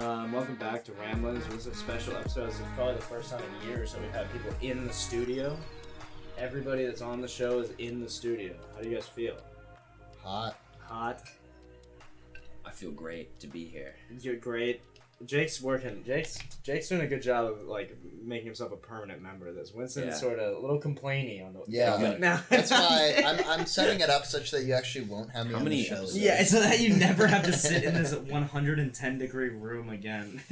Um, welcome back to Ramblings. This is a special episode. This is probably the first time in years that we've had people in the studio. Everybody that's on the show is in the studio. How do you guys feel? Hot. Hot. I feel great to be here. You're great. Jake's working. Jake's Jake's doing a good job of like making himself a permanent member of this. Winston's Yeah. sort of a little complainy on the Yeah. Yeah. Now- That's why I'm, I'm setting it up such that you actually won't have me How on many the show. episodes? Yeah, so that you never have to sit in this 110 degree room again.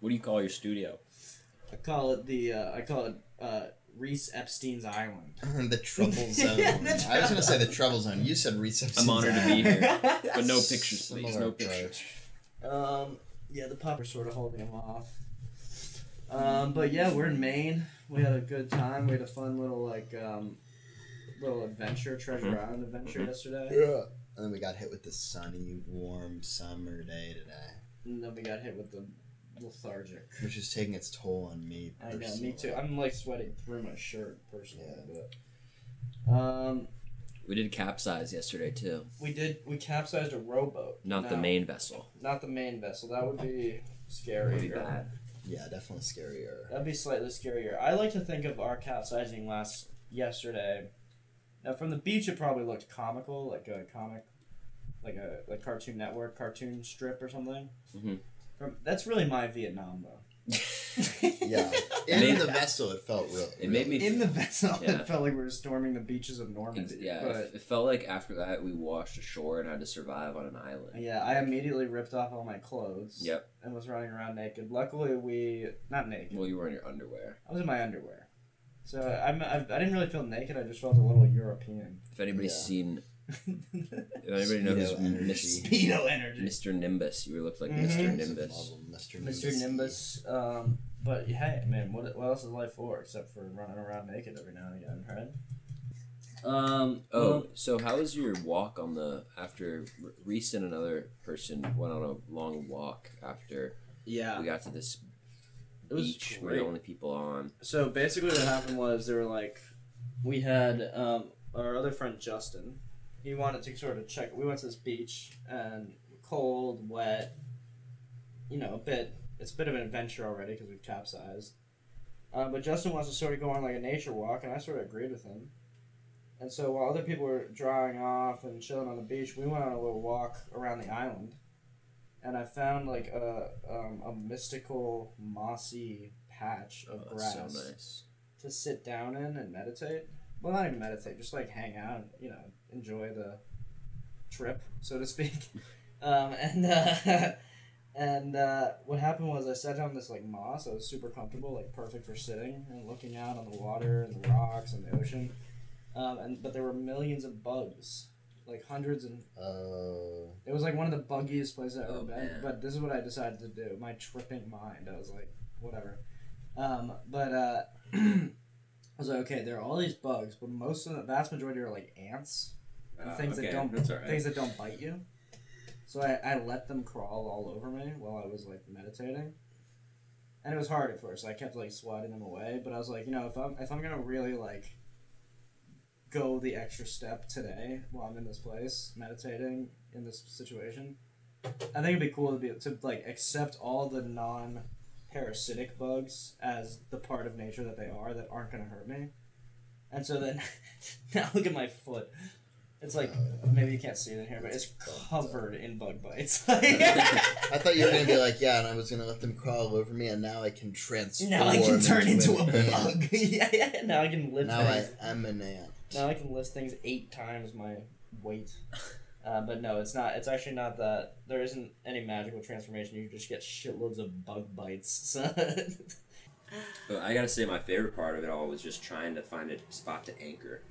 What do you call your studio? I call it the uh, I call it uh, Reese Epstein's Island. the trouble zone. The I was gonna say the trouble zone. You said reception. I'm honored to be here. But no picture. pictures, please. No pictures. Um, yeah, the pup are sort of holding him off. Um, but yeah, we're in Maine. We had a good time. We had a fun little like um, little adventure, Treasure Mhm. Island adventure Mhm. yesterday. Yeah. And then we got hit with the sunny, warm summer day today, And then we got hit with the lethargic. which is taking its toll on me. I know, personally. me too. I'm like sweating through my shirt personally, Yeah. but um, We did capsize yesterday too. we did we capsized a rowboat. Not the No, main vessel. Not the main vessel. That would be scary. Would be bad. Yeah, definitely scarier. That'd be slightly scarier. I like to think of our capsizing last yesterday. Now from the beach, it probably looked comical, like a comic, like a like Cartoon Network cartoon strip or something. Mhm. From, that's really my Vietnam though. Yeah. In made- the vessel, it felt real. It made me. In the vessel, Yeah. it felt like we were storming the beaches of Ex- Normandy. yeah, but it, it felt like after that we washed ashore and had to survive on an island. yeah, I immediately ripped off all my clothes. Yep. And was running around naked. Luckily, we not naked. Well, you were in your underwear. I was in my underwear, so I'm, I I didn't really feel naked. I just felt a little European. If anybody's Yeah. seen, if anybody knows Speedo energy. Mis- Speedo energy. Mr. Nimbus, you looked like Mhm. Mr. It's a Nimbus. problem, Mr. Mr. Nimbus. Um, but hey, man, what, what else is life for except for running around naked every now and again, right? Um. Oh, so how was your walk on the after R- Reese and another person went on a long walk after yeah. we got to this It was beach where great. the only people on. So basically, what happened was they were like, we had um, our other friend Justin. He wanted to sort of check. We went to this beach and cold, wet. You know, a bit. It's a bit of an adventure already because we've capsized. Uh, but Justin wants to sort of go on like a nature walk, and I sort of agreed with him. And so while other people were drying off and chilling on the beach, we went on a little walk around the island. And I found like a, um, a mystical mossy patch Oh, of that's grass so nice. to sit down in and meditate. Well, not even meditate, just like hang out, and, you know, enjoy the trip, so to speak. um, and uh, and uh, what happened was I sat down on this like moss. I was super comfortable, like perfect for sitting and looking out on the water and the rocks and the ocean. Um, and but there were millions of bugs, like hundreds and Oh. it was like one of the buggiest places I've ever Oh, been. man. But this is what I decided to do. My tripping mind. I was like, whatever. Um, but uh, I was like, okay, there are all these bugs, but most of the vast majority are like ants and things that don't Uh, That's all things that don't bite you. So I, I let them crawl all over me while I was like meditating. And it was hard at first. I kept like swatting them away, but I was like, you know, if I'm if I'm gonna really like go the extra step today while I'm in this place, meditating in this situation, I think it'd be cool to be to like accept all the non parasitic bugs as the part of nature that they are that aren't gonna hurt me. And so then now look at my foot. It's like maybe you can't see it in here, but it's covered in bug bites. I thought you were gonna be like, yeah, and I was gonna let them crawl over me, and now I can transform. now I can turn into a an ant. bug. yeah, yeah. Now I can lift. Now I things. am an ant. now I can lift things eight times my weight. Uh, but no, it's not. It's actually not that. There isn't any magical transformation. You just get shitloads of bug bites. So But I gotta say, my favorite part of it all was just trying to find a spot to anchor.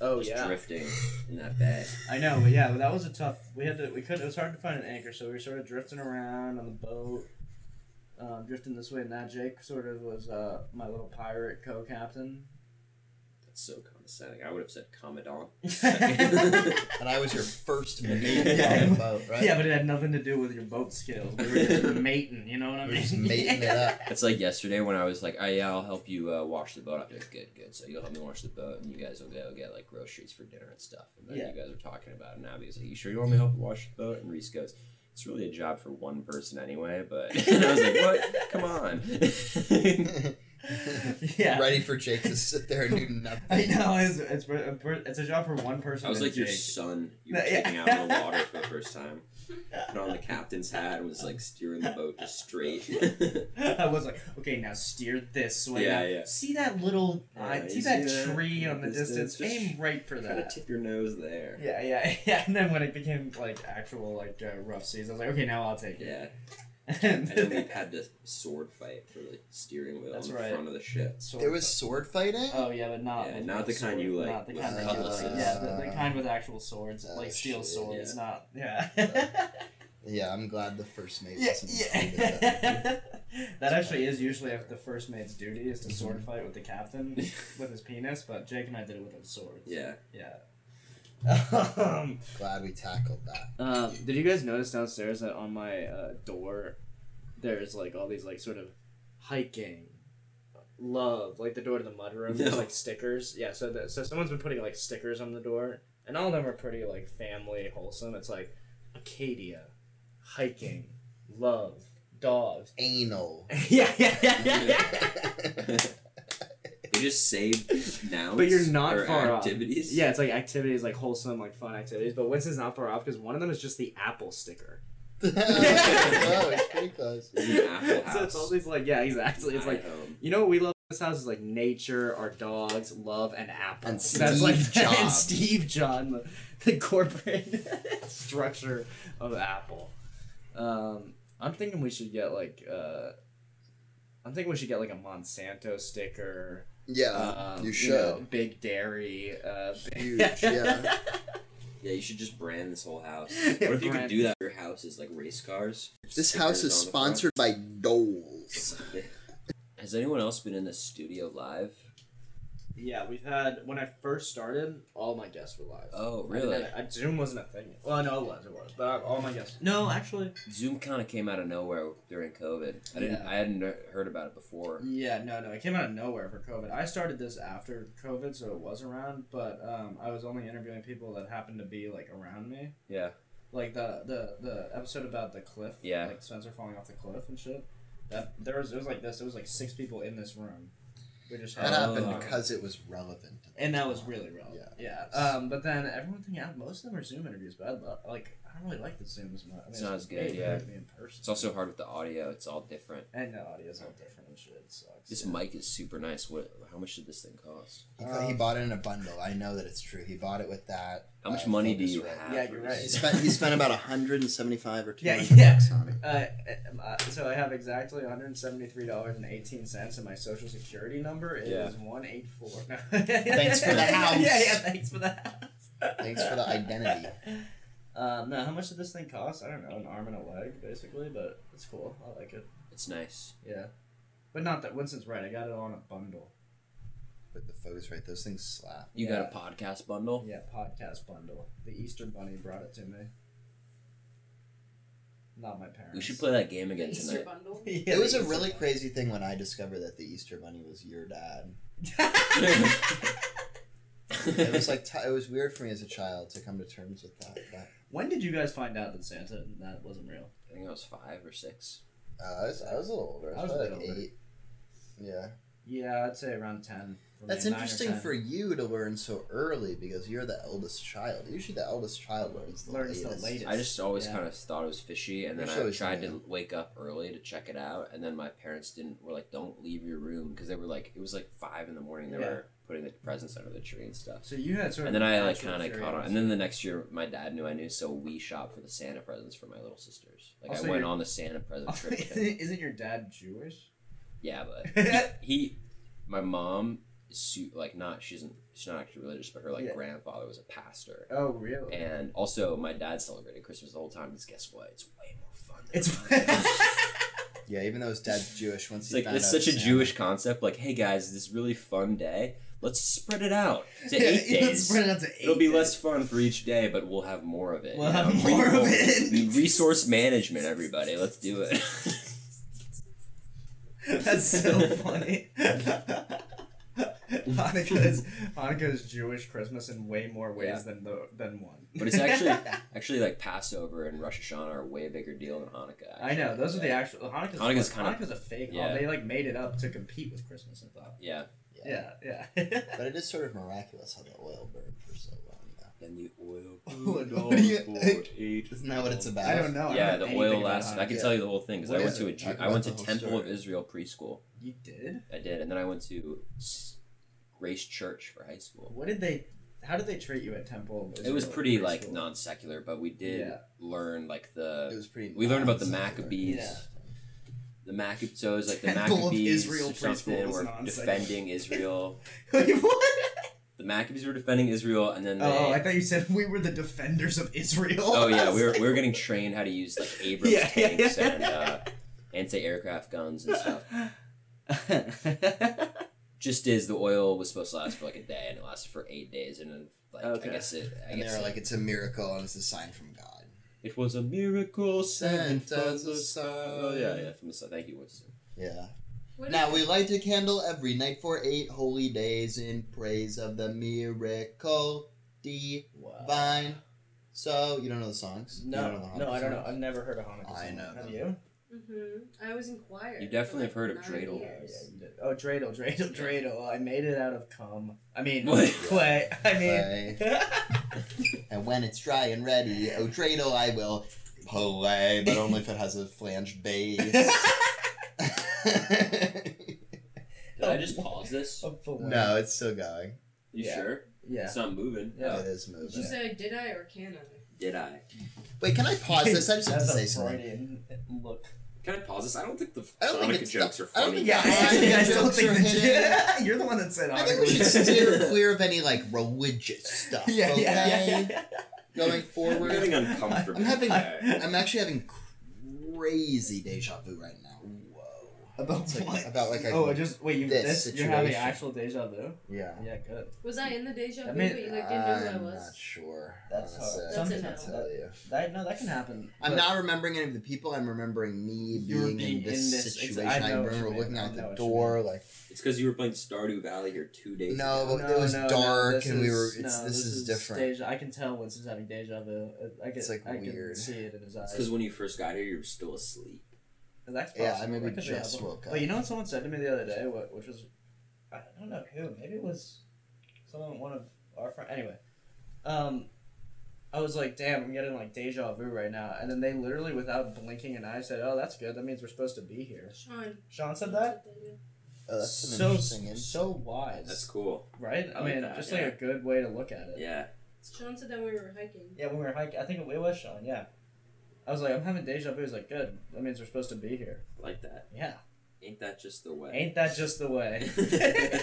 oh just drifting in that bay. I know. But yeah, but that was a tough. We had to. We could. It was hard to find an anchor, so we were sort of drifting around on the boat, um, drifting this way and that. Jake sort of was uh, my little pirate co-captain. That's so condescending. I would have said commandant. yeah, And I was your first mate Yeah. on the boat, right? but it had nothing to do with your boat skills. We were just mating. You know what I We mean? We're just mating it up. It's like yesterday when I was like, "Oh yeah, I'll help you uh, wash the boat." I'm like, "Good, good." So you'll help me wash the boat, and you guys will go get like groceries for dinner and stuff. And then Yeah. you guys are talking about it, and Abby was like, "You sure you want me to help wash the boat?" And Reese goes, it's really a job for one person anyway. But and I was like, what? Come on. yeah. Ready for Jake to sit there and do nothing. I know it's it's a per- it's a job for one person. I was and like your Jake. son. You were No, yeah. kicking out in the water for the first time. Put on the captain's hat and was like steering the boat just straight. I was like, okay, now steer this way. Yeah, Now, yeah. See that little, Yeah, I you see see that that? tree on the It's- it's distance. just Aim right for Kind of that. tip your nose there. Yeah, yeah, yeah. And then when it became like actual like uh, rough seas, I was like, okay, now I'll take it. Yeah, And and then we had this sword fight for the steering wheel That's in right. front of the ship. Sword There was fight. sword fighting. Oh yeah, but not Yeah, with not the the kind sword. you, like, Not the with kind that you like. cutlasses. Yeah, the, the kind with actual swords, Oh, like steel shit. swords, Yeah. not yeah. Yeah, I'm glad the first mate. yeah, wasn't yeah. included then. that actually is usually the first mate's duty is to Mm-hmm. sword fight with the captain with his penis, but Jake and I did it with a sword. Yeah, Yeah. Glad we tackled that. Um, did you guys notice downstairs that on my uh, door, there's like all these like sort of hiking, love, like the door to the mudroom. There's No. like stickers. Yeah, so the, so someone's been putting like stickers on the door, and all of them are pretty like family wholesome. It's like Acadia, hiking, love, dogs. Anal. yeah, yeah, yeah, yeah, yeah. you just saved nouns. But you're not or far off. activities. Yeah, it's like activities like wholesome, like fun activities. But Winston's not far off because one of them is just the apple sticker. oh, it's pretty close. It's an apple so it's house. always like, yeah, exactly. It's like, um, you know what we love in this house is like nature, our dogs, love, and apples. And That's like Steve and Jobs. Steve John, the, the corporate structure of Apple. Um, I'm thinking we should get like, uh, I'm thinking we should get like a Monsanto sticker. Yeah, um, Uh, you should. know, big dairy. Uh, big- Huge, yeah. yeah, you should just brand this whole house. What if you could Brand- do that? Your house is like race cars. This house is Stickers on the sponsored by Doles. front. Has anyone else been in the studio live? Yeah, we've had when I first started, all my guests were live. Oh, I didn't really? have- I- Zoom wasn't a thing. yet. Well, no, it was. It was. But I- all my guests. No, actually. Zoom kind of came out of nowhere during COVID. I didn't. Yeah. I hadn't heard about it Mm. before. Yeah, no, no. It came out of nowhere for COVID. I started this after COVID, so it was around. But um, I was only interviewing people that happened to be like around me. Yeah. Like the the the episode about the cliff. Yeah. Like Spencer falling off the cliff and shit. That there was it was like this. It was like six people in this room. We just had That Oh. happened because it was relevant. and that was really relevant. Yeah. Um, but then everyone thinking out most of them are Zoom interviews, but I love, like I don't really like the Zoom as much. I mean, It's not as way good, better yeah. to be in person. It's also hard with the audio. It's all different. and the audio's all different and shit. It sucks. This mic is super nice. What? How much did this thing cost? He, thought he Um, bought it in a bundle. I know that it's true. He bought it with that. How much Uh, money do focus you right. have? Yeah, for you're this? right. He spent he spent about 175 or 200 Yeah, yeah. bucks on it. Uh, uh, so I have exactly one hundred seventy-three dollars and eighteen cents, and my social security number is Yeah. one eight four. Thanks for the house. Yeah, yeah, thanks for the house. Thanks for the identity. Um, no, how much did this thing cost? I don't know, an arm and a leg, basically, but it's cool. I like it. It's nice. Yeah, but not that Winston's right. I got it on a bundle. But the focus right, those things slap. You Yeah. got a podcast bundle. Yeah, podcast bundle. The Easter Bunny brought it to me. Not my parents. We should play that game The again Easter tonight. bundle. Yeah, It the was a Easter really Bunny. crazy thing when I discovered that the Easter Bunny was your dad. It was like t- it was weird for me as a child to come to terms with that. But, when did you guys find out that Santa that wasn't real? I think I was five or six. uh, I, was, I was a little older. I I was was, a bit probably like older. eight. Yeah, Yeah, I'd say around ten. for me, that's nine or interesting 10. for you to learn so early because you're the eldest child. Usually, the eldest child learns the Learns the latest. latest. I just always Yeah. kind of thought it was fishy, and then It's I always tried something. to wake up early to check it out, and then my parents didn't were like, "Don't leave your room," because they were like, it was like five in the morning. They Yeah. were putting the presents under the tree and stuff. So you had sort And of. then I like natural kind of caught on. curiosity. And then the next year, my dad knew I knew, so we shopped for the Santa presents for my little sisters. Like Also, I went you're- on the Santa present trip. with him. Oh, Isn't your dad Jewish? yeah, but he, my mom, is su- like not she's not she's not actually religious, but her like Yeah. grandfather was a pastor. Oh, really? And also, my dad celebrated Christmas the whole time because guess what? It's way more fun. Than It's Yeah, even though his dad's Jewish, once It's he like found it's out such a Santa- Jewish concept. Like, hey guys, this really fun day. Let's spread it out to Yeah, eight let's days. spread it out to eight It'll be days. less fun for each day, but we'll have more of it. We'll you have know? more of Re- it. Resource management, everybody. Let's do it. That's so funny. Hanukkah is, Hanukkah is Jewish Christmas in way more ways Yeah. than the than one. But it's actually- Actually, like Passover and Rosh Hashanah are a way bigger deal than Hanukkah. I know those are the Yeah. actual Hanukkah's, Hanukkah's Hanukkah's, kind of- a fake. yeah. hol- They like made it up to compete with Christmas. I thought. Yeah. Yeah, yeah. But it is sort of miraculous how the oil burned for so long now. Then the oil. Oh, What do you- Isn't that what it's about? I don't know. I Yeah, don't know the anything oil about lasted. I can Hanukkah. tell you the whole thing because What I went is to a it? Jew- Talk I about went the to whole Temple of story. Israel preschool. You did? I did, and then I went to S- Grace Church for high school. What did they? How did they treat you at Temple? It was pretty preschool? like non secular, but we did Yeah. learn like It the was pretty. We learned about the nonsensical. Maccabees. Yeah. the Maccab- so it was like the Temple of Maccabees Israel or preschool something was were non-secular. defending Israel. Wait, what? The Maccabees were defending Israel, and then they, Oh, I thought you said we were the defenders of Israel. Oh I yeah, was we were, like- we were getting trained how to use like Abrams Yeah, yeah, tanks yeah. and uh, anti-aircraft guns and stuff. Just as the oil was supposed to last for like a day, and it lasted for eight days, and then, like Okay. I guess it, I And they guess were it, like, it's a miracle and it's a sign from God. it was a miracle sent from Santa's the a sky. sign. Oh yeah, yeah, from the sky. Thank you, Winston. Yeah. What Now is- we light a candle every night for eight holy days in praise of the miracle divine. Wow. So you don't know the songs? You don't Uh. No, know the no, I don't songs? know. I've never heard of Hanukkah. I song. know Have them. you? Mhm. I was in choir. You definitely have for heard of like dreidel. nine Oh, years. yeah, you did. Oh, dreidel, dreidel, dreidel. I made it out of cum. I mean, What? clay. I mean, Play. And when it's dry and ready, oh dreidel, I will play, but only if it has a flanged bass. Did I just pause this? Up for one. no, it's still going. You Oh, Yeah. sure? Yeah. It's not moving. Oh, Yeah. It is Did you moving. say did I or can I? Did I? Wait, can I pause this? I just have to That's say a something. Freudian look. Can I pause this? I don't think the I don't think Hanukkah it's- jokes are I don't funny. think- Yeah, I I, think I the don't jokes think are that. hidden. You're the one that said I Hanukkah. think we should steer clear of any like religious stuff. yeah, okay? yeah, yeah, yeah, Going We're forward. getting uncomfortable. I'm having- today. I'm actually having crazy deja vu right now. Whoa. About It's like- what? about like I- oh, I just wait. You this this, you're having situation. actual deja vu. Yeah. Yeah, good. Was I in the deja vu? I mean, but you like didn't know who I I'm was. not sure. That's honestly. hard. That's I can't a no. tell you. That no, that can happen. I'm but- not remembering any of the people. I'm remembering me You were being, in being this in this- ex- situation. I I, know what remember you mean. looking I out know the what you door, like It's because you were playing Stardew Valley here two days No, ago. but it was no, no, dark, this and we were. is- It's, no, this, is, different. Deja, I can tell Winston's having deja vu. I can, It's, like, I can weird. see it in his eyes. It's because when you first got here, you were still asleep. That's Yeah, I possible. maybe That could be just helpful. woke up. But you know what someone said to me the other day, what, which was, I don't know who, maybe it was someone, one of our friends. Anyway, um, I was like, damn, I'm getting like deja vu right now. And then they literally, without blinking an eye, said, oh, that's good. That means we're supposed to be here. Sean. Sean said that? oh, that's so, so, interesting. s- insight. so wise, That's cool. right? I I like mean, that, just like a good way to look at it. Yeah. Sean said that when we were hiking. Yeah, when we were hiking, I think it was Sean. Yeah, I was like, I'm having deja vu. He's like, good. That means we're supposed to be here. I like that. Yeah, Ain't that just the way? ain't that just the way?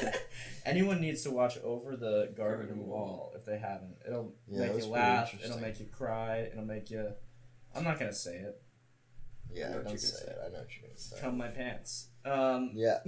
Anyone needs to watch Over the Garden Wall if they haven't. It'll Yeah, that make was you pretty laugh. It'll interesting. make you cry. It'll make you. I'm not gonna say it. yeah, I know what you're don't gonna say say. it. I know what you're gonna say. Come my pants. Um. Yeah,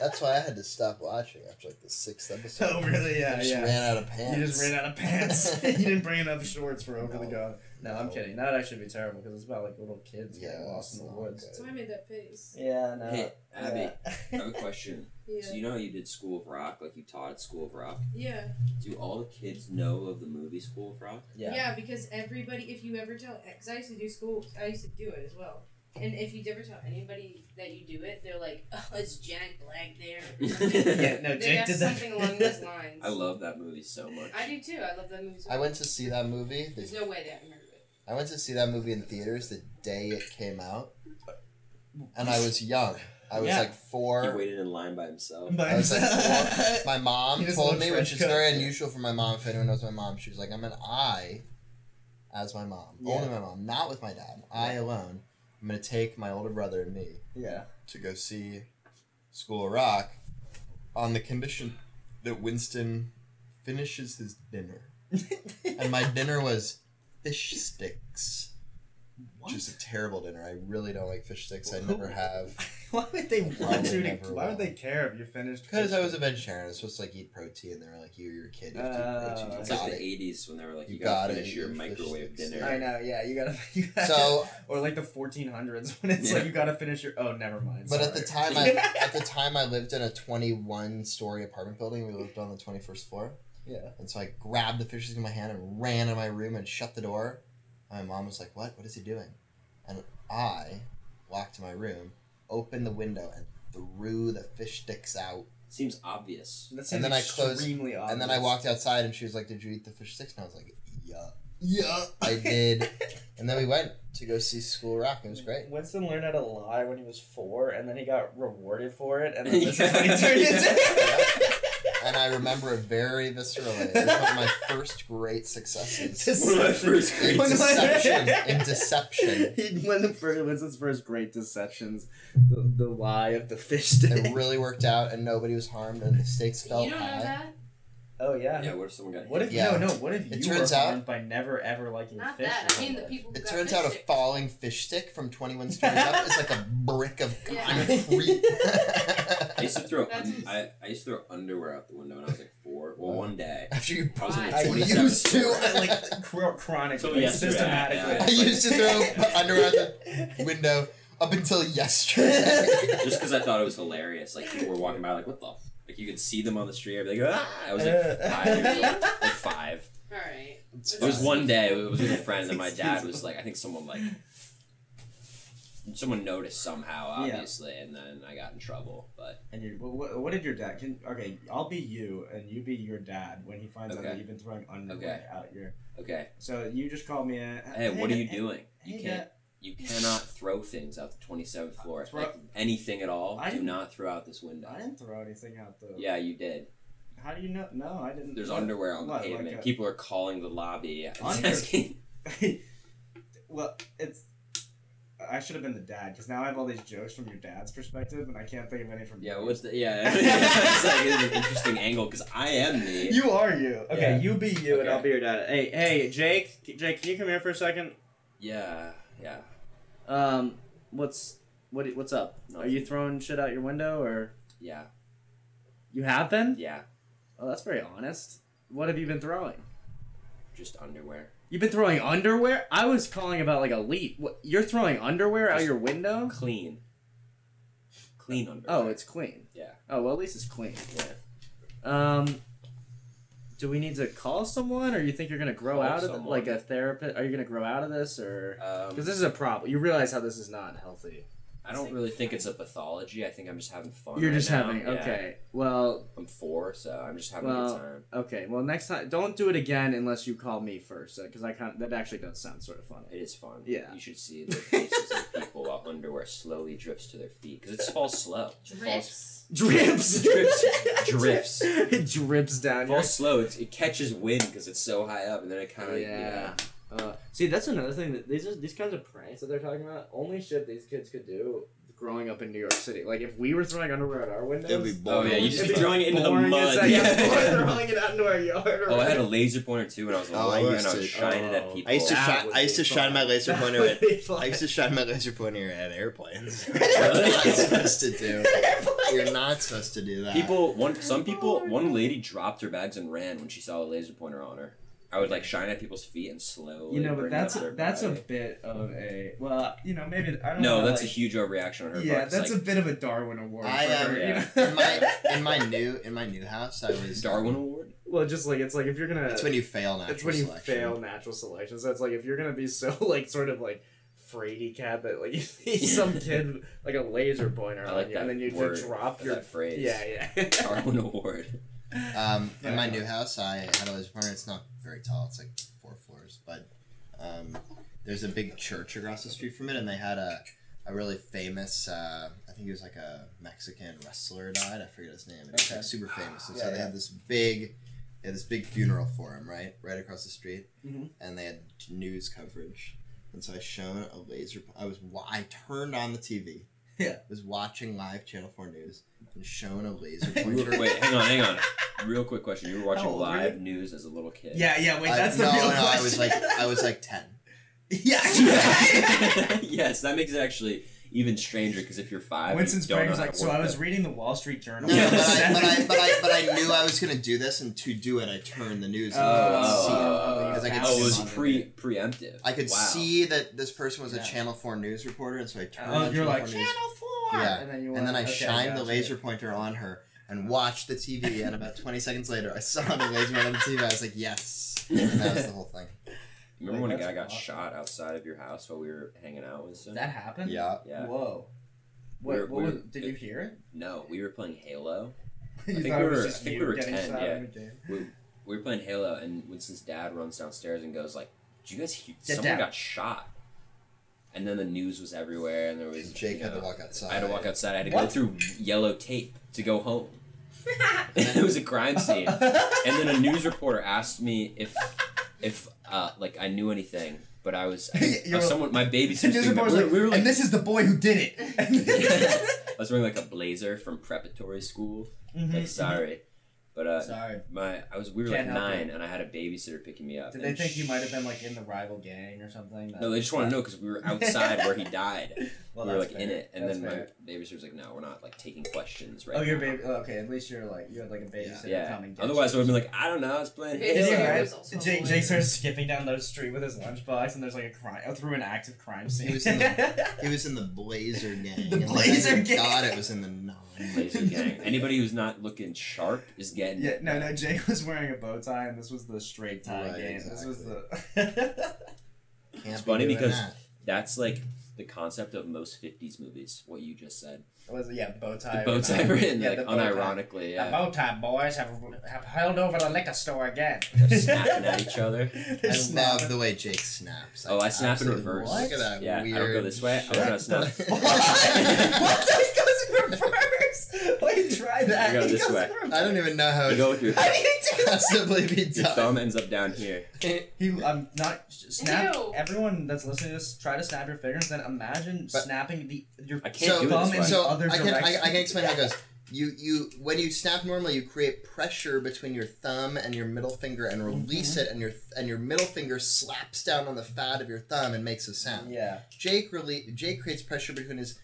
that's why I had to stop watching after like the sixth episode. oh really? I Yeah, just yeah. ran out of pants. You just ran out of pants. you didn't bring enough shorts for Over the No. Garden. No, I'm No. kidding. That would actually be terrible because it's about like little kids Yeah, getting lost it's in the not woods. good. That's why I made that face. Yeah, no. Hey, Abby, I Uh, Yeah. have a question. Yeah. So you know how you did School of Rock, like you taught at School of Rock. yeah. Do all the kids know of the movie School of Rock? Yeah. because everybody, if you ever tell, because I used to do school, I used to do it as well. And if you ever tell anybody that you do it, they're like, oh, it's Jack Black there. Yeah, no, they Jake ask did that. something along those lines. I love that movie so much. I do too. I love that movie. so I much. went to see that movie. There's The, no way that I remember it. I went to see that movie in theaters the day it came out, and I was young. I was Yeah. like four. He waited in line by himself. But- I was like four. My He mom just told looked me, French which is cut. very unusual for my mom. If anyone knows my mom, she was like, "I'm an I, as my mom, Yeah. only my mom, not with my dad. I alone. I'm gonna take my older brother and me yeah. to go see School of Rock, on the condition that Winston finishes his dinner. And my dinner was fish sticks What? Just a terrible dinner. I really don't like fish sticks. I Who- never have. why would they want would you to? never why would will. they care if you finished? Because I was a fishing? vegetarian, I was supposed to like eat protein. They were like, "You, you're a kid. You have to Uh, eat protein." You It's got like the it. '80s when they were like, You "You, gotta gotta finish eat your your fish microwave sticks, dinner." I know. Yeah, you gotta. You gotta So, or like the 1400s when it's like Yeah. you gotta finish your. Oh, never mind. but at the sorry. time, I at the time I lived in a 21 story apartment building. We lived on the 21st floor, yeah. and so I grabbed the fish sticks in my hand and ran out of my room and shut the door. My mom was like, "What? What is he doing?" And I walked to my room, opened the window, and threw the fish sticks out. Seems obvious. That And then I seems closed- Extremely obvious. And then I walked outside, and she was like, "Did you eat the fish sticks?" And I was like, "Yeah, yeah, I did." And then we went to go see School Rock. and It was great. Winston learned how to lie when he was four, and then he got rewarded for it, and then this is what he Yeah. turned into. And I remember it very viscerally. It was one of my first great successes. One of my first In great One of my- deception. In deception. One of the first, Winston's first great deceptions, the, the lie of the fish stick. It really worked out and nobody was harmed and the stakes felt you don't know high. that? Oh yeah. Yeah, what if someone got What if Yeah. no no? What if It you turns were out- harmed by never ever liking Not fish? that. in I mean the your life? people. Who It got turns fish out a sticks. falling fish stick from 21 stories up is like a brick of Yeah. concrete. I used to throw That's- I, I used to throw underwear out the window when I was like four. Well, one day. After you I was in I I the 27th used to floor. I like Chro- chronically, So yesterday, systematically. yeah, I used to throw underwear out the window up until yesterday. just because I thought it was hilarious. Like people were walking by, like what the. f-" Like you could see them on the street. I'd be like, ah! I was like Uh. five. Years old. Like five. All right. It was one day. It was with a friend, and my dad was like, I think someone like, someone noticed somehow, Yeah. obviously, and then I got in trouble. But And you, well, what, what did your dad? Can okay, I'll be you, and you be your dad when he finds out Okay. that you've been throwing underwear Okay. out your. okay, So you just call me. A, hey, what are you doing? You Uh, hey, can't. Dad. You cannot throw things out the twenty seventh floor. Throw- Like anything at all. I Do didn't- not throw out this window. uh, I didn't throw anything out the. Yeah, you did. How do you know? No, I didn't. There's underwear on the What, like pavement. a- People are calling the lobby. and Under- asking- well, it's. I should have been the dad because now I have all these jokes from your dad's perspective, and I can't think of any from. yeah, yours. what's the, yeah? it's like it's an interesting angle because I am me. You are you. Okay, Yeah. you be you, and Okay. I'll be your dad. Hey, hey, Jake, Jake, can you come here for a second? yeah, yeah. Um, what's what? What's up? Are Nothing. you throwing shit out your window, or Yeah, you have been? yeah. Oh, that's very honest. What have you been throwing? Just underwear. You've been throwing underwear. I was calling about like a leak. What, you're throwing underwear out your window? Clean. Clean underwear. Um, Oh, it's clean. Yeah. Oh well, at least it's clean. Um, do we need to call someone, or you think you're gonna grow Call out of it? someone. Like a therapist? Are you gonna grow out of this, or? Um, Because this is a problem. You realize how this is not healthy. I don't really think it's a pathology. I think I'm just having fun. You're right just now. having Oh, Yeah. okay. Well, I'm four, so I'm just having a Well, good time. okay. Well, next time, don't do it again unless you call me first, because I kind of, that actually does sound sort of funny. It is fun. Yeah. You should see the faces of people while underwear slowly drips to their feet because it falls slow. It Falls, Drips. Drips, Drips. Drifts. it drips down. it Your, Oh, falls slow. It's, it catches wind because it's so high up, and then it kind of yeah. Uh, see, that's another thing that these are, these kinds of pranks that they're talking about. Only shit these kids could do growing up in New York City. Like if we were throwing underwear at our windows, It'd be Oh boring. yeah, you just be It'd be throwing it into the boring as mud. hell. Yeah, Yeah. we're throwing it out into our yard. Oh, I had a laser pointer too when I was a Oh, I lawyer, used and I to- was shining it at oh. people. I used to That shine. would I used be to shine my fun. laser That pointer would at. be fun. I used to shine my laser pointer at airplanes. Really? You're not supposed to do. You're not supposed to do that. People, one, some people, one lady dropped her bags and ran when she saw a laser pointer on her. I would like shine at people's feet and slowly. You know, but bring that's up their that's a body. bit of a well, you know, maybe I don't know. no, that's a like- huge overreaction on her yeah, part. It's that's like a bit of a Darwin award. I for am- her, you yeah. know? in my in my new in my new house, I was Darwin Award. well, just like it's like if you're gonna, That's when you fail natural it's when you selection. fail natural selection. So it's like if you're gonna be so like sort of like fraidy cat that like you see some kid like a laser pointer I like on you, that and then you word, just drop your that phrase. yeah yeah. Darwin Award. Um, Yeah. in my new house, I had a laser pointer. It's not very tall. It's like four floors, but um, there's a big church across the street from it, and they had a a really famous. Uh, I think he was like a Mexican wrestler died. I forget his name. He was Okay. like super famous, and Yeah, so they yeah. had this big, they had this big funeral for him, right, right across the street, Mhm. and they had news coverage. And so I shone a laser. I was wa- I turned on the TV. Yeah. Was watching live Channel Four news and shown a laser You You pointer. were- Wait, hang on, hang on. Real quick question: You were watching How old were live news as a little kid. Yeah, yeah, wait, I- that's no, the real no, question. I was like, I was like ten. Yeah. yes, that makes it actually even stranger because if you're five, Winston you don't know Springs, how like, to so work I was it. reading the Wall Street Journal. No, Yeah. but, I, but, I, but, I, but I knew I was going to do this, and to do it, I turned the news and Oh, I could see it. oh, you Because I could found Oh, it was see- on pre preemptive. I could wow. see that this person was Yeah. a Channel 4 news reporter, and so I turned Oh, on you're Channel like 4 Channel News. Four, Yeah. and then you And then I okay, shined the gotcha. laser pointer on her and watched the TV, and about 20 seconds later, I saw the laser on the TV. I was like, yes. And that was the whole thing. Remember when a That's guy got awesome. shot outside of your house while we were hanging out with him? That happened. Yeah. yeah. Whoa. What? We're- what we're- was, did you hear it? No, we were playing Halo. You think thought we it was were- just I think you we were getting 10, shot yeah. in the game. We were playing Halo, and Winston's dad runs downstairs and goes like, "Did you guys hear? Get Someone down." got shot." And then the news was everywhere, and there was Jake you had to know, walk outside. I had to walk outside. I had to go What? through yellow tape to go home. it was a crime scene. and then a news reporter asked me if if uh, like I knew anything, but I was I, You're- someone my baby The news sister- reporter's we were- like, we were like and this is the boy who did it. I was wearing like a blazer from preparatory school. Mm-hmm. Like sorry, but uh, Sorry. my I was we were Can't like help nine, and I had a babysitter picking me up. Did they and think you sh- might have been like in the rival gang or something? No, they just want to know because we were outside where he died. Well, we were like that's in fair. it, and That's then fair. my babysitter was like, "No, we're not like taking questions right Oh, your now." baby. Oh, okay, at least you're like you had like a babysitter Yeah. coming. Otherwise, I would have been like, "I don't know, I was playing." Can you Halo." imagine? was also a Jake, boy. Jake starts skipping down the street with his lunchbox, and there's like a crime oh, through an active crime scene. He was in the- He was in the Blazer Gang. The and, like, Blazer I Gang. God, it was in the non. Blazer gang. Anybody who's not looking sharp is getting. yeah, no, no. Jake was wearing a bow tie, and this was the straight tie Right, game. This was the. Can't It's be funny doing because- that. That's like the concept of most '50s movies. What you just said. It was yeah, bow tie. The bow tie written like bow tie. unironically. The Yeah. bow tie boys have have held over the liquor store again. They're snapping at each other. uh, They're I snapping. love the way Jake snaps. Oh, I snap in absolutely- reverse. Look at that Yeah, I don't weird. go this way, I shit. gotta snap. what? what? He goes in reverse. Wait, try that. You go he this goes way. in reverse. I don't even know how You it go with your, How do you do could that? possibly be your done. thumb ends up down here. He, I'm not snap. Ew. Everyone that's listening to this, try to snap your fingers. Then imagine But- snapping the your. I can't So, do it thumb this and way. so other I can I, direction. I can explain how it goes. You you when you snap normally, you create pressure between your thumb and your middle finger and Mm-hmm. release it, and your and your middle finger slaps down on the fat of your thumb and makes a sound. Yeah. Jake rele- Jake creates pressure between his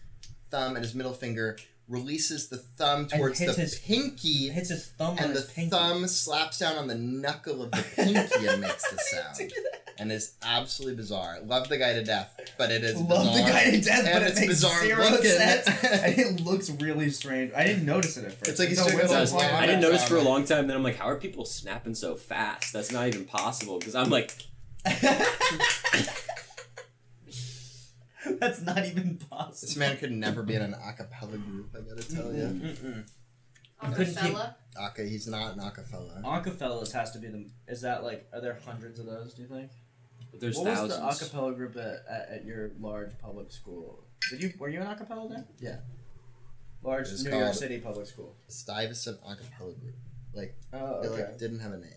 thumb and his middle finger, releases the thumb towards the hits his- He pinky, hits his thumb on and the his Oh, pinky. thumb slaps down on the knuckle of the pinky and makes the sound. And it's absolutely bizarre. Love the guy to death, but it is Love the bizarre. guy to death, And but it it's makes bizarre zero looking. sense. and it looks really strange. I didn't notice it at first. It's like he's Until doing Will it was Does. That's why like- I'm I didn't not notice for a found it. long time. Then I'm like, how are people snapping so fast? That's not even possible. Because I'm like, That's not even This possible. man could never be in an acapella group, I gotta tell Mm-hmm. you. Mm-mm. Uncle couldn't keep- fella. Aka, he's not an acapella. Acapellas has to be the. Is that like? Are there hundreds of those? Do you think? there's what thousands. was the acapella group at, at, at your large public school? Did you were you an acapella then? Yeah. Large It was New York called- City public school. Stuyvesant acapella group. Oh, They okay. like didn't have a name,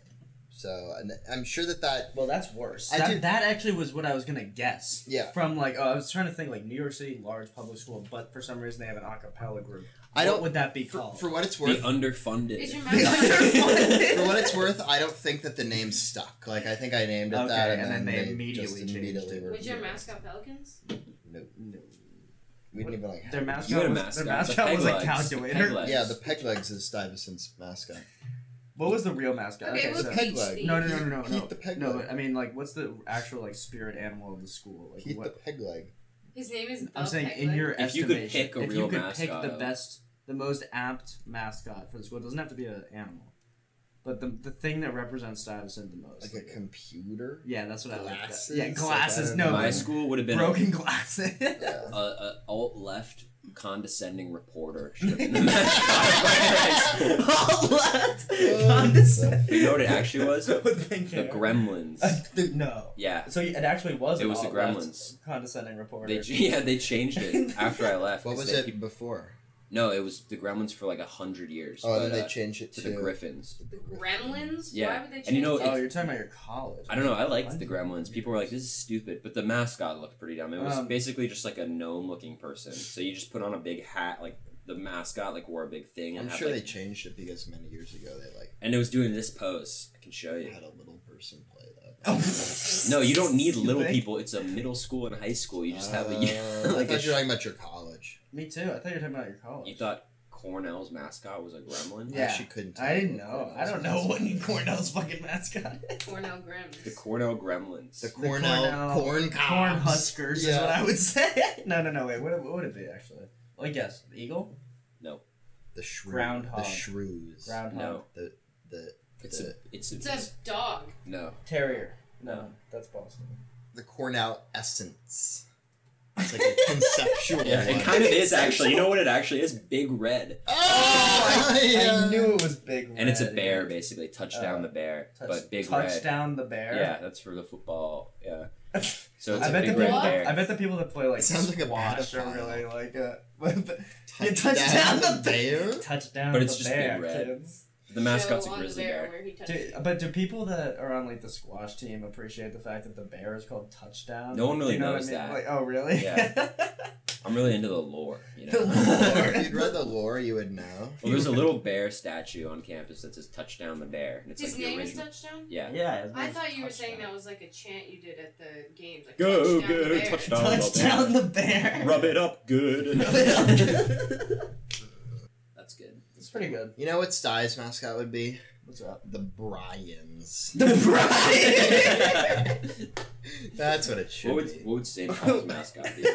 so and I'm sure that that Well, that's worse. I that, did- that actually was what I was gonna guess. Yeah. From like, oh, I was trying to think like New York City large public school, but for some reason they have an acapella group. I What don't. would that be For, called? for what it's the worth, Is your underfunded. mouth underfunded. for what it's worth, I don't think that the name stuck. Like I think I named it Okay, that, and, and then they just immediately changed immediately it. were- Was your mascot pelicans? No, No. we didn't even like. Their You had mascot a was mascot, their the mascot peg was a legs, the calculator. peg legs. Yeah, the peg legs is Stuyvesant's mascot. What was the real mascot? Okay, Okay, we'll so peg teach leg. these. no, no, no, no, no, Keith no. the peg no, leg. but I mean, like, what's the actual like spirit animal of the school? Like, Keith uh, what? the peg leg. His name is. I'm the saying in Pegleg. your If you could estimation, pick a if you real could mascot, pick the uh, best, the most apt mascot for the school, it doesn't have to be an animal, but the, the thing that represents Stuyvesant the most. Like a computer. yeah, that's what Glasses? I like. Yeah, glasses. Like, no, I don't My know. school would have been broken glasses. Yeah. a, a alt left condescending reporter. should have been the mascot of my high school. All left. Oh, Condescending. You know what it actually was? The With pink hair. Gremlins. Uh, th- no. Yeah, So it actually was. It an was the all left Gremlins. Condescending reporter. they yeah they changed it after I left. What 'cause was they it keep- before? no, it was the Gremlins for like a hundred years. Oh, but, then they uh, changed it to the Griffins. The Gremlins? Yeah. Why would they change And you know, oh, it- you're talking about your college. I don't know. I liked the Gremlins. People were like, "This is stupid," but the mascot looked pretty dumb. It was Um, basically just like a gnome-looking person. So you just put on a big hat, like the mascot, like wore a big thing, and I'm had, sure they like, changed it because many years ago they like and it was doing this pose. I can show you. had a little person play that. No, you don't need little think? people. It's a middle school and high school. You just have Uh, I a like a thought you were sh- talking about your college. Me too. I thought you were talking about your college. you thought Cornell's mascot was a gremlin. Yeah. I actually couldn't. I didn't know. I don't know what Cornell's fucking mascot is. Cornell Grimm's. Oh, The Cornell Gremlins. The Cornell, Cornell- corn Corn cobs. Huskers is Yeah. what I would say. no, no, no. Wait, what, what would it be actually? Well, I guess the eagle, The shrew. Groundhog. The shrews. groundhog, no, the it's a it's a, it's a dog. no. terrier. No, that's Boston. the Cornell essence. It's like a conceptual. Yeah, one. it kind of is actually. You know what it actually is? Big Red, Oh, yeah. I knew it was big. Red, and it's a bear yeah. basically. Touchdown Uh, the bear, Touch, but Big Red. touchdown the bear. Yeah, that's for the football. Yeah. So it's I a bet big the red people- bear. I bet the people that play like It sounds like a squash are pedophile. really like uh, touchdown You touched down the the bear. touchdown. But it's the just bear, big red. kids. the mascot's Show a on the grizzly bear bear. Where he touched Do, but do people that are on like the squash team appreciate the fact that the bear is called touchdown? No one Do really you know knows what I mean? that. Like, oh really? Yeah. I'm really into the lore. You know. The lore. if you'd read the lore, you would know. Well, there's a little bear statue on campus that says "Touchdown the Bear," and it's His like the name is original. Touchdown? yeah. yeah. his I name's thought you were saying Touchdown. that was like a chant you did at the games. Like, Go, touchdown, go, the bear. touchdown. Touchdown the bear. Rub it up good. That's good. it's pretty good. You know what Stye's mascot would be? What's up? The Bryans. The That's what it should what would be. what would St. Paul's mascot be?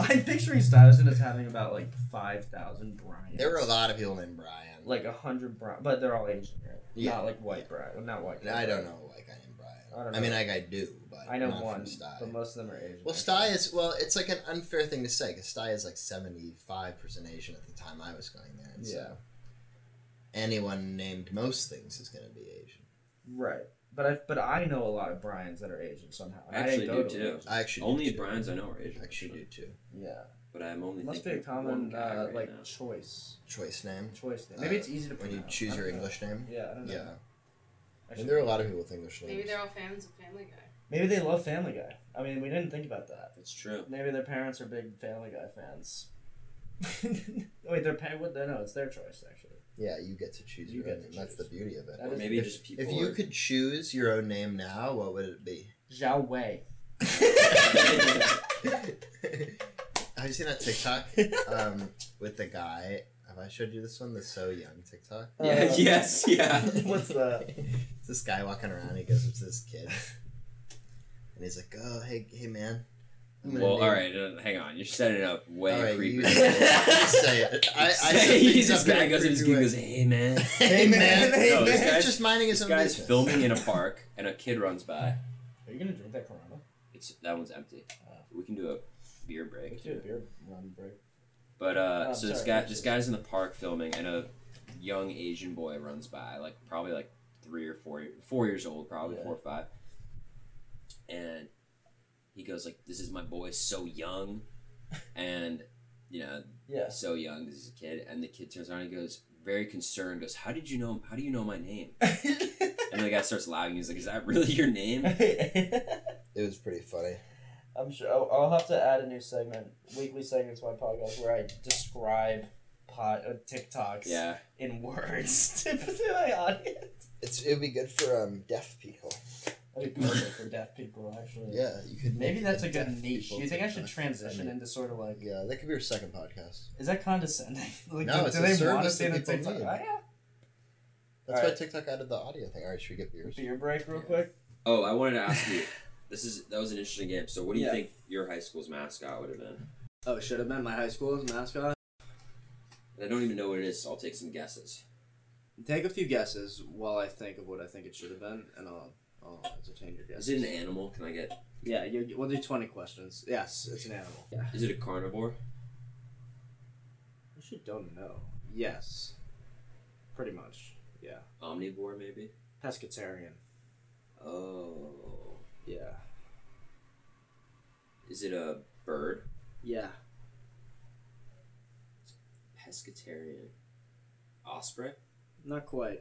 I'm picturing Stuyvesant as having about like five thousand Bryans. there were a lot of people named Brian. like a hundred Bryans, but they're all Asian, right? Yeah. Not like white Bryans. Not white. I don't know a white guy named Brian. I don't I mean, know. like I do, but I know not one, from Stye. but most of them are Asian. Well, Sty is well. It's like an unfair thing to say because Sty is like seventy five percent Asian at the time I was going there. And Yeah. So anyone named most things is going to be Asian. Right. But I but I know a lot of Bryans that are Asian somehow. I I didn't actually go to do too. those. I actually do Only too. Brian's I know are Asian. I actually do too. Yeah. But I'm only It must be thinking a of one common guy uh, right like now. choice. Choice name Choice thing. Maybe Uh, it's easy to when pronounce. you choose I your don't know. English name. Yeah, I don't know. Yeah, I should- and there are a lot of people with English names. Maybe they're all fans of Family Guy. Maybe they love Family Guy. I mean, we didn't think about that. That's true. Maybe their parents are big Family Guy fans. Wait, their parents? What? No, it's their choice actually. Yeah, you get to choose You your own get to name. That's the choose. beauty of it. That Or is- maybe if, just people. if you are- could choose your own name now, what would it be? Zhao Wei. Have you seen that Uh, TikTok um, with the guy? Have I showed you this one? The so young TikTok. yeah. Uh, yes. Yeah. What's that? It's this guy walking around. He goes up to this kid, and he's like, "Oh, hey, hey, man." I'm gonna Well, name- all right. Uh, hang on. You're setting it up way All right, creepier. You, you say it. I, I set he things just up guy in a goes up to his creepy kid and way. goes, "Hey Hey man." man, Hey, No, this man. guy's- he's just minding his This own guy's business. filming in a park, and a kid runs by. Are you gonna drink that Corona? It's that one's empty. Oh. We can do a beer Let's break. do a beer run break. But uh, Oh, so this sorry, guy, finish this it. guy's in the park filming, and a young Asian boy runs by, like probably like three or four, four years old, probably Yeah. four or five. And he goes like, "This is my boy, so young," and you know, Yes. so young. This is a kid, and the kid turns around and goes, very concerned, goes, "How did you know? How do you know my name?" And the guy starts laughing. He's like, "Is that really your name?" It was pretty funny. I'm sure I'll, I'll have to add a new segment, weekly segment to my podcast where I describe pot uh, TikToks Yeah. in words to, to my audience. It's it'd be good for um deaf people. That'd be perfect for deaf people, actually. Yeah, you could. Maybe make that's a deaf good niche. people Do you think I should TikTok. transition mean- into sort of like? Yeah, that could be your second podcast. Is that condescending? Like, No, do, it's do a they want to service see that the people TikTok? need. Oh, yeah. That's why Alright. TikTok added the audio thing. All right, should we get beers? Beer break, real Yeah. quick. Oh, I wanted to ask you. This is that was an interesting game. So, what do you Yeah. think your high school's mascot would have been? Oh, it should have been my high school's mascot. And I don't even know what it is, so I'll take some guesses. Take a few guesses while I think of what I think it should have been, and I'll, I'll entertain your guess. Is it an animal? Can I get? Yeah, you, you- we'll do 20 questions. Yes, it's an animal. Yeah. Is it a carnivore? I actually don't know. Yes. Pretty much. Yeah. Omnivore, maybe. Pescatarian. Oh, Yeah. is it a bird? Yeah. Pescatarian. Osprey. Not quite.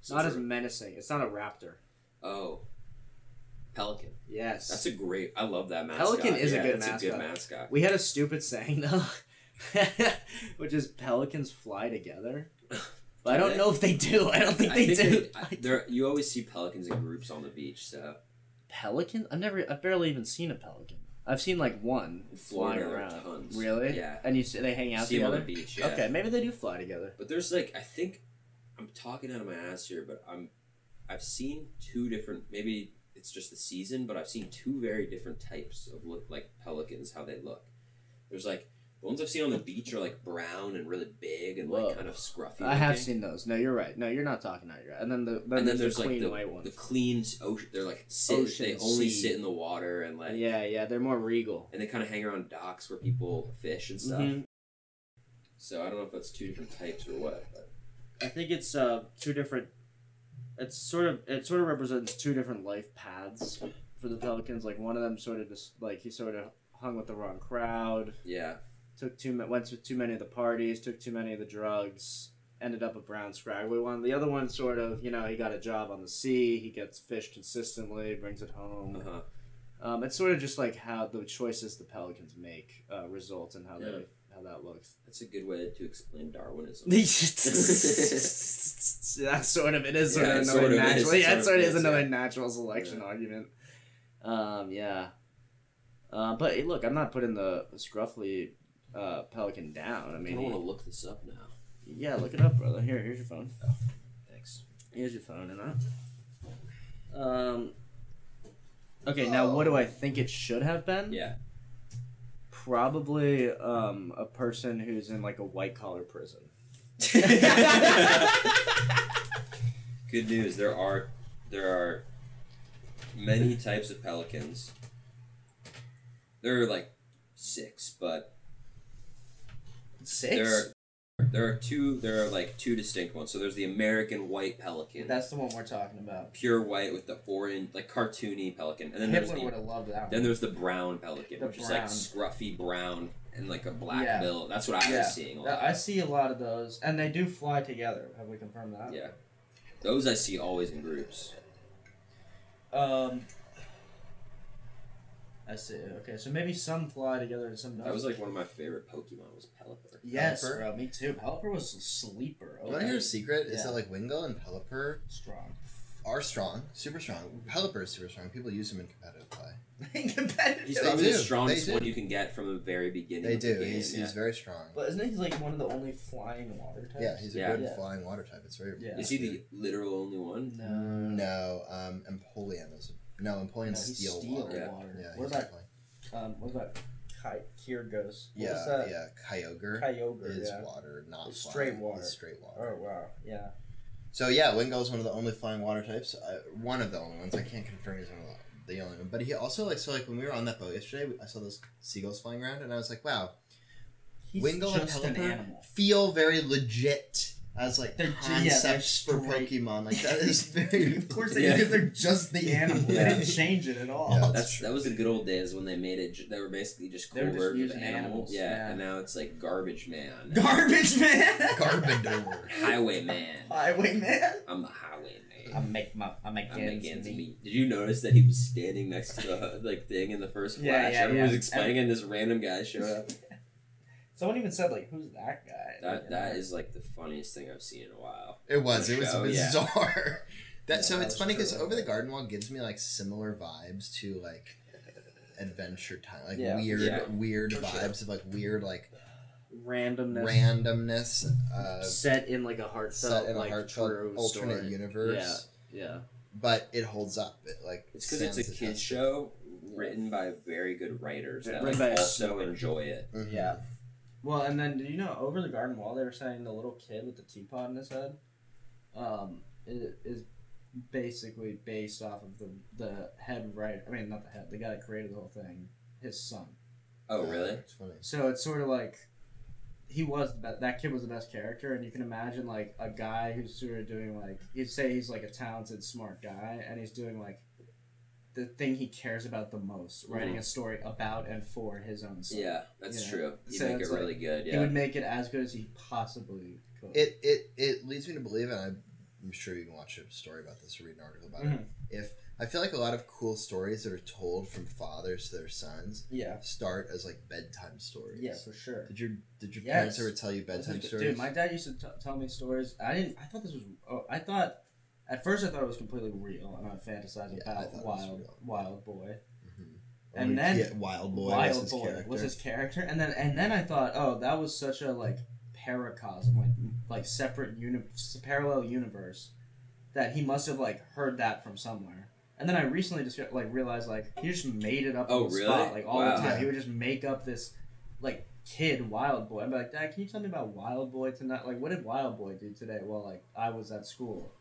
So Not it's as a- menacing. It's not a raptor. Oh. Pelican. Yes. That's a great. I love that mascot. Pelican is a Yeah, good that's A good mascot. mascot. we had a stupid saying though, which is pelicans fly together. But I don't know if they do. I don't think I they think do. they- I- there- you always see pelicans in groups on the beach. So Pelican? I've never. I've barely even seen a pelican. I've seen like one In flying Florida, around. tons. Really? Yeah. And you see they hang you out see them on together. the beach. Yeah. Okay, maybe they do fly together. But there's like I think I'm talking out of my ass here, but I'm I've seen two different maybe it's just the season, but I've seen two very different types of look like pelicans how they look. There's like the ones I've seen on the beach are like brown and really big and Whoa. like kind of scruffy. I have looking. seen those. No, you're right. No, you're not talking out your. And then the then and then there's, there's the like clean the, white the ones. clean ocean. They're like sit. they Ocean, only sea. sit in the water and like yeah, yeah, they're more regal. and they kind of hang around docks where people fish and stuff. Mhm. So I don't know if that's two different types or what. But I think it's uh, two different. It's sort of it sort of represents two different life paths for the Pelicans. Like one of them sort of just like he sort of hung with the wrong crowd, yeah, took too ma- went to too many of the parties, took too many of the drugs, ended up a brown scraggly one. The other one sort of you know he got a job on the sea, he gets fish consistently, brings it home. uh huh. Um, it's sort of just like how the choices the Pelicans make uh, results and how Yeah. they how that looks. That's a good way to explain Darwinism. that sort of it is sort Yeah, of it another sort of is, natural. it yeah, sort it of sort of is is, another yeah. natural selection Yeah. argument. Um, yeah. Uh, but hey, look, I'm not putting the scruffly uh, pelican down. I I mean, don't want to look this up now. yeah, look it up, brother. Here, here's your phone. Oh, Thanks. Here's your phone, and I. Um. Okay, now what do I think it should have been? Yeah. Probably um, a person who's in like a white collar prison. Good news. There are there are many types of pelicans. There are like six, but Six. there are there are two there are like two distinct ones. So there's the American white pelican. That's the one we're talking about. pure white with the orange like cartoony pelican. And then there's Hitler the would have loved that Then one. there's the brown pelican, The which brown. is like scruffy brown and like a black Yeah. bill. That's what I Yeah. was seeing. A Th- lot. I see a lot of those, and they do fly together. Have we confirmed that? Yeah. Those I see always in groups. Um. I see. Okay, so maybe some fly together and some don't. That was like one of my favorite Pokemon was Pelipper. yes, Pelipper. bro. Me too. Pelipper was a sleeper. You want to hear a okay. secret? Is Yeah. that like Wingull and Pelipper strong. are strong, super strong. Pelipper is super strong. People use them in competitive play. Competitive. He's They probably do. the strongest They do. one you can get from the very beginning. They of do. The game, he's, yeah. he's very strong. But isn't he like one of the only flying water types? Yeah, he's a Yeah. good Yeah. flying water type. It's very. Yeah. Is he the literal only one? No. No, um, Empoleon is. No, Empoleon's he's steel, water. Yeah. Yeah, he's what about definitely- um? What about Ki- Kyrgos? What was Yeah, that? yeah. Kyogre Kyogre. is yeah. water, not It's flying. straight He's water. straight water. Oh wow. Yeah. So yeah, Wingull is one of the only flying water types. Uh, one of the only ones. I can't confirm he's one of the, the only one. But he also like so like when we were on that boat yesterday, I saw those seagulls flying around, and I was like, wow, He's Wingull and just an Pelipper animal. feel very legit as like They're ju- yeah, they're concepts for straight- Pokemon. Like that is very. Of course they- Yeah. they're just the animal. They Yeah. didn't change it at all. Yeah, that's That's that was the good old days when they made it. ju- They were basically just They were cool just words with using animals. animals, Yeah, yeah. and now it's like garbage man, Garbage man. Garbodor. highway man. Highway man. I'm the highway man. I make my I make I'm ends against meet. meat. Did you notice that he was standing next to the like thing in the first flash? Yeah, yeah, Everyone yeah. was explaining, and this random guy showed up. Someone even said like, "Who's that guy?" That that is like the funniest thing I've seen in a while. It was. It was show, yeah. bizarre. That Yeah, so that it's was funny because true. Over the Garden Wall gives me like similar vibes to like Adventure Time, like Yeah. weird, Yeah. weird For sure. vibes of like weird like randomness randomness uh, set in like a heartfelt, set in like a heartfelt true alternate story. universe. Yeah, But it holds up. It like It's because it's a stands the kids test. show written by very good writers that Written like, by a also snooper. enjoy it. Mhm. yeah. Well, and then do you know over the garden wall they were saying the little kid with the teapot in his head, um, is, is basically based off of the the head writer. I mean, not the head, the guy that created the whole thing, his son. Oh Uh, really? It's funny. So it's sort of like he was the best, that kid was the best character, and you can imagine like a guy who's sort of doing like you'd say he's like a talented, smart guy, and he's doing like the thing he cares about the most, Mm-hmm. writing a story about and for his own son. Yeah, that's Yeah. true. You So make it's it like- really good. He Yeah. would make it as good as he possibly could. It Mm-hmm. it it leads me to believe, and I'm sure you can watch a story about this or read an article about it. Mhm. If I feel like a lot of cool stories that are told from fathers to their sons Yeah. start as like bedtime stories. Yeah, for sure. Did your did your Yes. parents ever tell you bedtime Dude, stories? Dude, my dad used to t- tell me stories. I didn't. I thought this was. Oh, I thought. At first, I thought it was completely real, and I fantasized Yeah, about I thought it was Wild real. Wild Boy. Mhm. and Or, then- yeah, Wild Boy was Wild his Boy character. was his character, and then and then I thought, oh, that was such a like paracosm, like like separate uni- s- parallel universe, that he must have like heard that from somewhere. And then I recently just like realized like he just made it up Oh, on the really? spot, like all Wow. the time. Yeah. He would just make up this like kid Wild Boy. I'd be like, Dad, can you tell me about Wild Boy tonight? Like, what did Wild Boy do today? Well, like I was at school.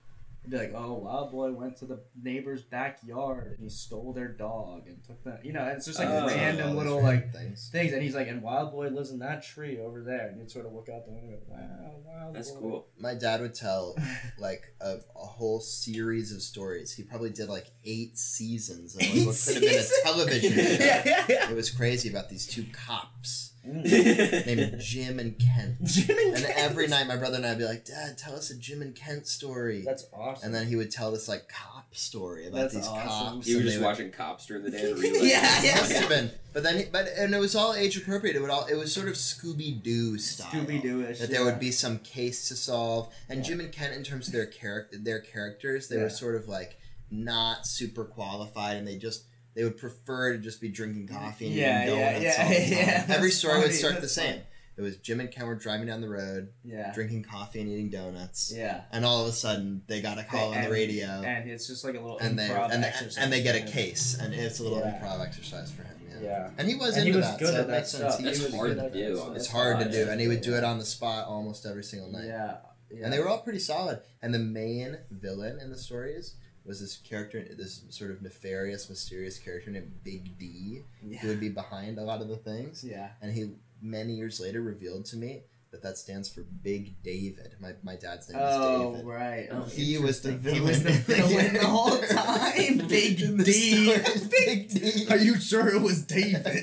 It'd be like, oh, Wild Boy went to the neighbor's backyard and he stole their dog and took that. You know, and it's just like Oh. random All these little like random things. things. And he's like, and Wild Boy lives in that tree over there. And you'd sort of look out the window. Wow, Wild That's Boy." cool. My dad would tell like a, a whole series of stories. He probably did like eight seasons of like, Eight what could have been a seasons? television. show. yeah, yeah, yeah. It was crazy about these two cops Mm. named Jim and Kent. Jim and And Ken. every night, my brother and I'd be like, "Dad, tell us a Jim and Kent story." That's awesome. and then he would tell this like cop story about That's these awesome. cops. You were and just they would- watching cops during the day. And reliving Yeah, it. yeah, must have been. But then, but and it was all age appropriate. It would all it was sort of Scooby Doo style. Scooby Doo ish. That there would be some case to solve, and Yeah. Jim and Kent, in terms of their character, their characters, they were Yeah. sort of like not super qualified, and they just they would prefer to just be drinking coffee and Yeah, eating yeah, donuts yeah, all the time. yeah, Every that's story would funny, start the that's same. funny. It was Jim and Kent were driving down the road, Yeah. drinking coffee and eating donuts, Yeah. and all of a sudden they got a call on the and- radio, And it's just like a little and they improv and, they- exercise and they get a thing. case, and it's a little Yeah. improv exercise for him. Yeah. Yeah. And he was And he into was that, good so at it that makes sense. stuff. He That's was hard good to at that do stuff. on It's the hard to spot, do, yeah. and he would do it on the spot almost every single night. Yeah. yeah. And they were all pretty solid. And the main villain in the stories was this character, this sort of nefarious, mysterious character named Big D, who Yeah. would be behind a lot of the things. yeah. And he many years later revealed to me that that stands for Big David. My my dad's name is Oh, David. right. Oh, He was the villain. He was the villain the whole time. Big D. Big D. you sure it was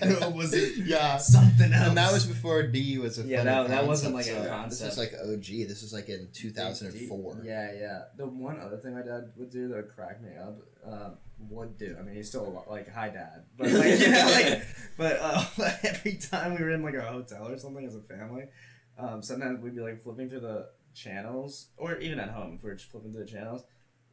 Yeah. something And that was before D was a Yeah, funny that- that wasn't concept, like a so This concept. is like OG. This is like in 2004. Yeah, yeah. The one other thing my dad would do that would crack me up uh, would do. I mean, he's still a lot, like hi dad, but like you know, like but uh, every time we were in like a hotel or something as a family, um, sometimes we'd be like flipping through the channels or even at home if we we're just flipping through the channels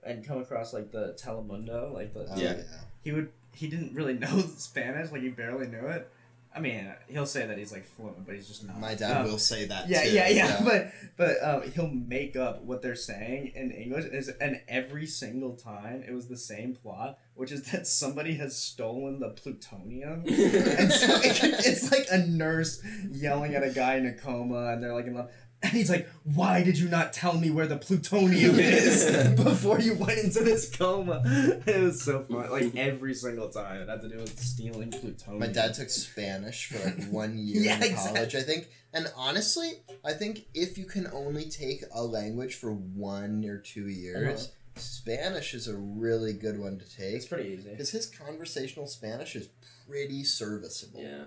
and come across like the Telemundo, like the Oh, Yeah. he would he didn't really know Spanish, like he barely knew it. I mean, he'll say that he's like fluent, but he's just not. My dad Um, will say that. yeah, too, yeah, yeah, so- But but um, he'll make up what they're saying in English, is and every single time it was the same plot, which is that somebody has stolen the plutonium. And so it- it's like a nurse yelling at a guy in a coma, and they're like in love. And he's like, "Why did you not tell me where the plutonium is before you went into this coma?" It was so fun. Like every single time, it had to do with stealing plutonium. My dad took Spanish for like one year Yeah, in college, I think. And honestly, I think if you can only take a language for one or two years, Uh-huh. Spanish is a really good one to It's take pretty easy. because his conversational Spanish is pretty serviceable. yeah.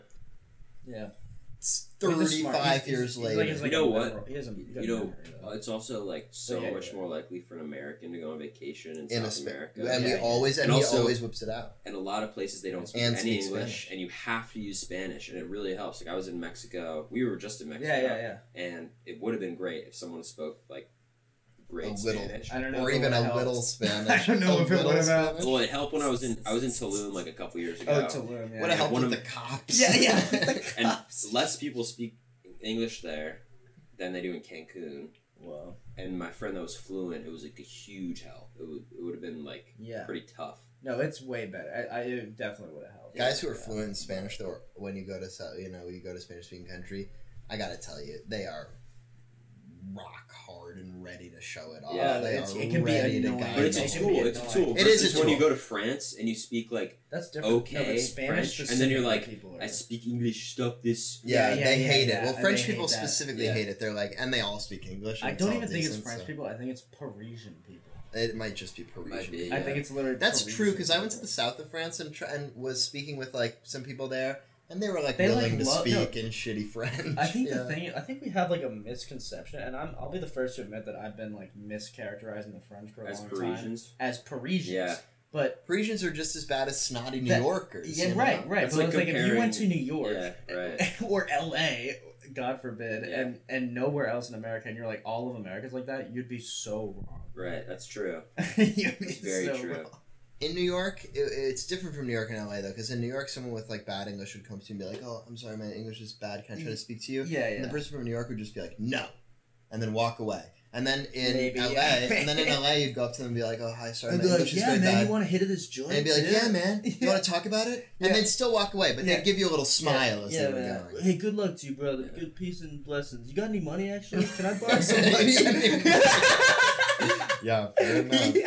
Yeah. It's He's a smart- he's- 35 he's- years he's later. like- he's like You know a what? liberal. He has a good You know, memory, though. Uh, It's also like so Yeah, much yeah. more likely for an American to go on vacation in, in a South Spa- America, and we Yeah. always and, And he also- always whips it out. and a lot of places they don't speak And any speak English, Spanish. and you have to use Spanish, and it really helps. Like I was in Mexico, we were just in Mexico, yeah, yeah, yeah. and it would have been great if someone spoke like great A little. Spanish. I don't know. Or if it even a would've little helped. Spanish. I don't know A if it little would've helped. Spanish. Well, it helped when I was in I was in Tulum like a couple years ago, Oh, Tulum. Yeah. Would have helped one with of- the cops. Yeah, yeah. and less people speak English there than they do in Cancun. Wow. And my friend that was fluent, it was like a huge help. It would, it would have been like Yeah. pretty tough. No, it's way better. I, I it definitely would have helped. Guys who are Yeah. fluent in Spanish, though, when you go to Sou- you know when you go to Spanish speaking country, I gotta tell you, they are rock hard and ready to show it off. Yeah, they it's- are it can be ready to annoying. guide But it's know. a It you. can be tool. It's a annoying. tool. It is a versus when you tool. go to France and you speak like That's different. Okay, no, but Spanish French, and then you're specifically like, people are- I speak English. Stop this. Yeah, Yeah, yeah, they yeah, hate it. yeah, Well, and French they hate people that. specifically Yeah. hate it. They're like, and they all speak English. and I don't all even think it's decent, French so- people. I think it's Parisian people. It might just be Parisian. Might be, people. I think it's literally. That's Parisian true because I went to people. the south of France and tr- and was speaking with like some people there, and they were like They, like, willing to love- speak no. in shitty French. I think yeah. the thing I think we have like a misconception, and I'm I'll be the first to admit that I've been like mischaracterizing the French for a As long time Parisians, as Parisians. Yeah. But Parisians are just as bad as snotty New That- Yorkers. yeah, you know? right, right. It's but like I was like, if you went to comparing- New York Yeah, right. or L.A., God forbid, Yeah. and and nowhere else in America, and you're like all of America's like that, you'd be so wrong. Right, that's true. you'd be That's very so true. wrong. In New York, it, it's different from New York and LA though, because in New York, someone with like bad English would come to you and be like, "Oh, I'm sorry, my English is bad. Can I Mm. try to speak to you?" Yeah, And the yeah. person from New York would just be like, "No," and then walk away. And then in Maybe, LA, yeah. and then in LA, you'd go up to them and be like, "Oh, hi, sorry, I'd my be English like, is yeah, very man, bad." you want to hit at this joint? and I'd be like, too?" "Yeah, man, you Yeah. want to talk about it?" Yeah. And then still walk away, but Yeah. they'd give you a little smile as Yeah, they were man. going. Hey, good luck to you, brother. Yeah. Good peace and blessings. You got any money, actually? Can I borrow some Yeah, money?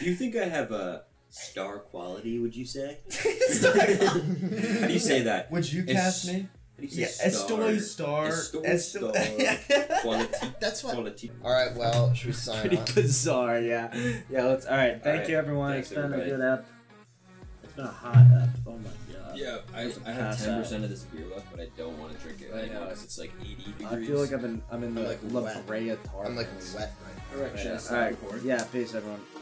You think I have a star quality? Would you say? Star- How do you say that? Would you It's- cast me? How do you say Yeah, star? Estoy Star. Estoy Estoy- Star. Quality. That's what. Quality. All right, well, should we sign Pretty off? bizarre, yeah. Yeah, let's. All right, thank All right. you, everyone. Thanks, it's been everybody. a good app. It's been a hot app. Oh my god. Yeah, I, I have Pass ten percent of this beer left, but I don't want to drink it I right now know. because it's like eighty I degrees. feel like I've been I'm in the I'm like La wet. Brea tar I'm like pits. wet right now. All right, should I Yeah, stop all right. recording? yeah, peace everyone.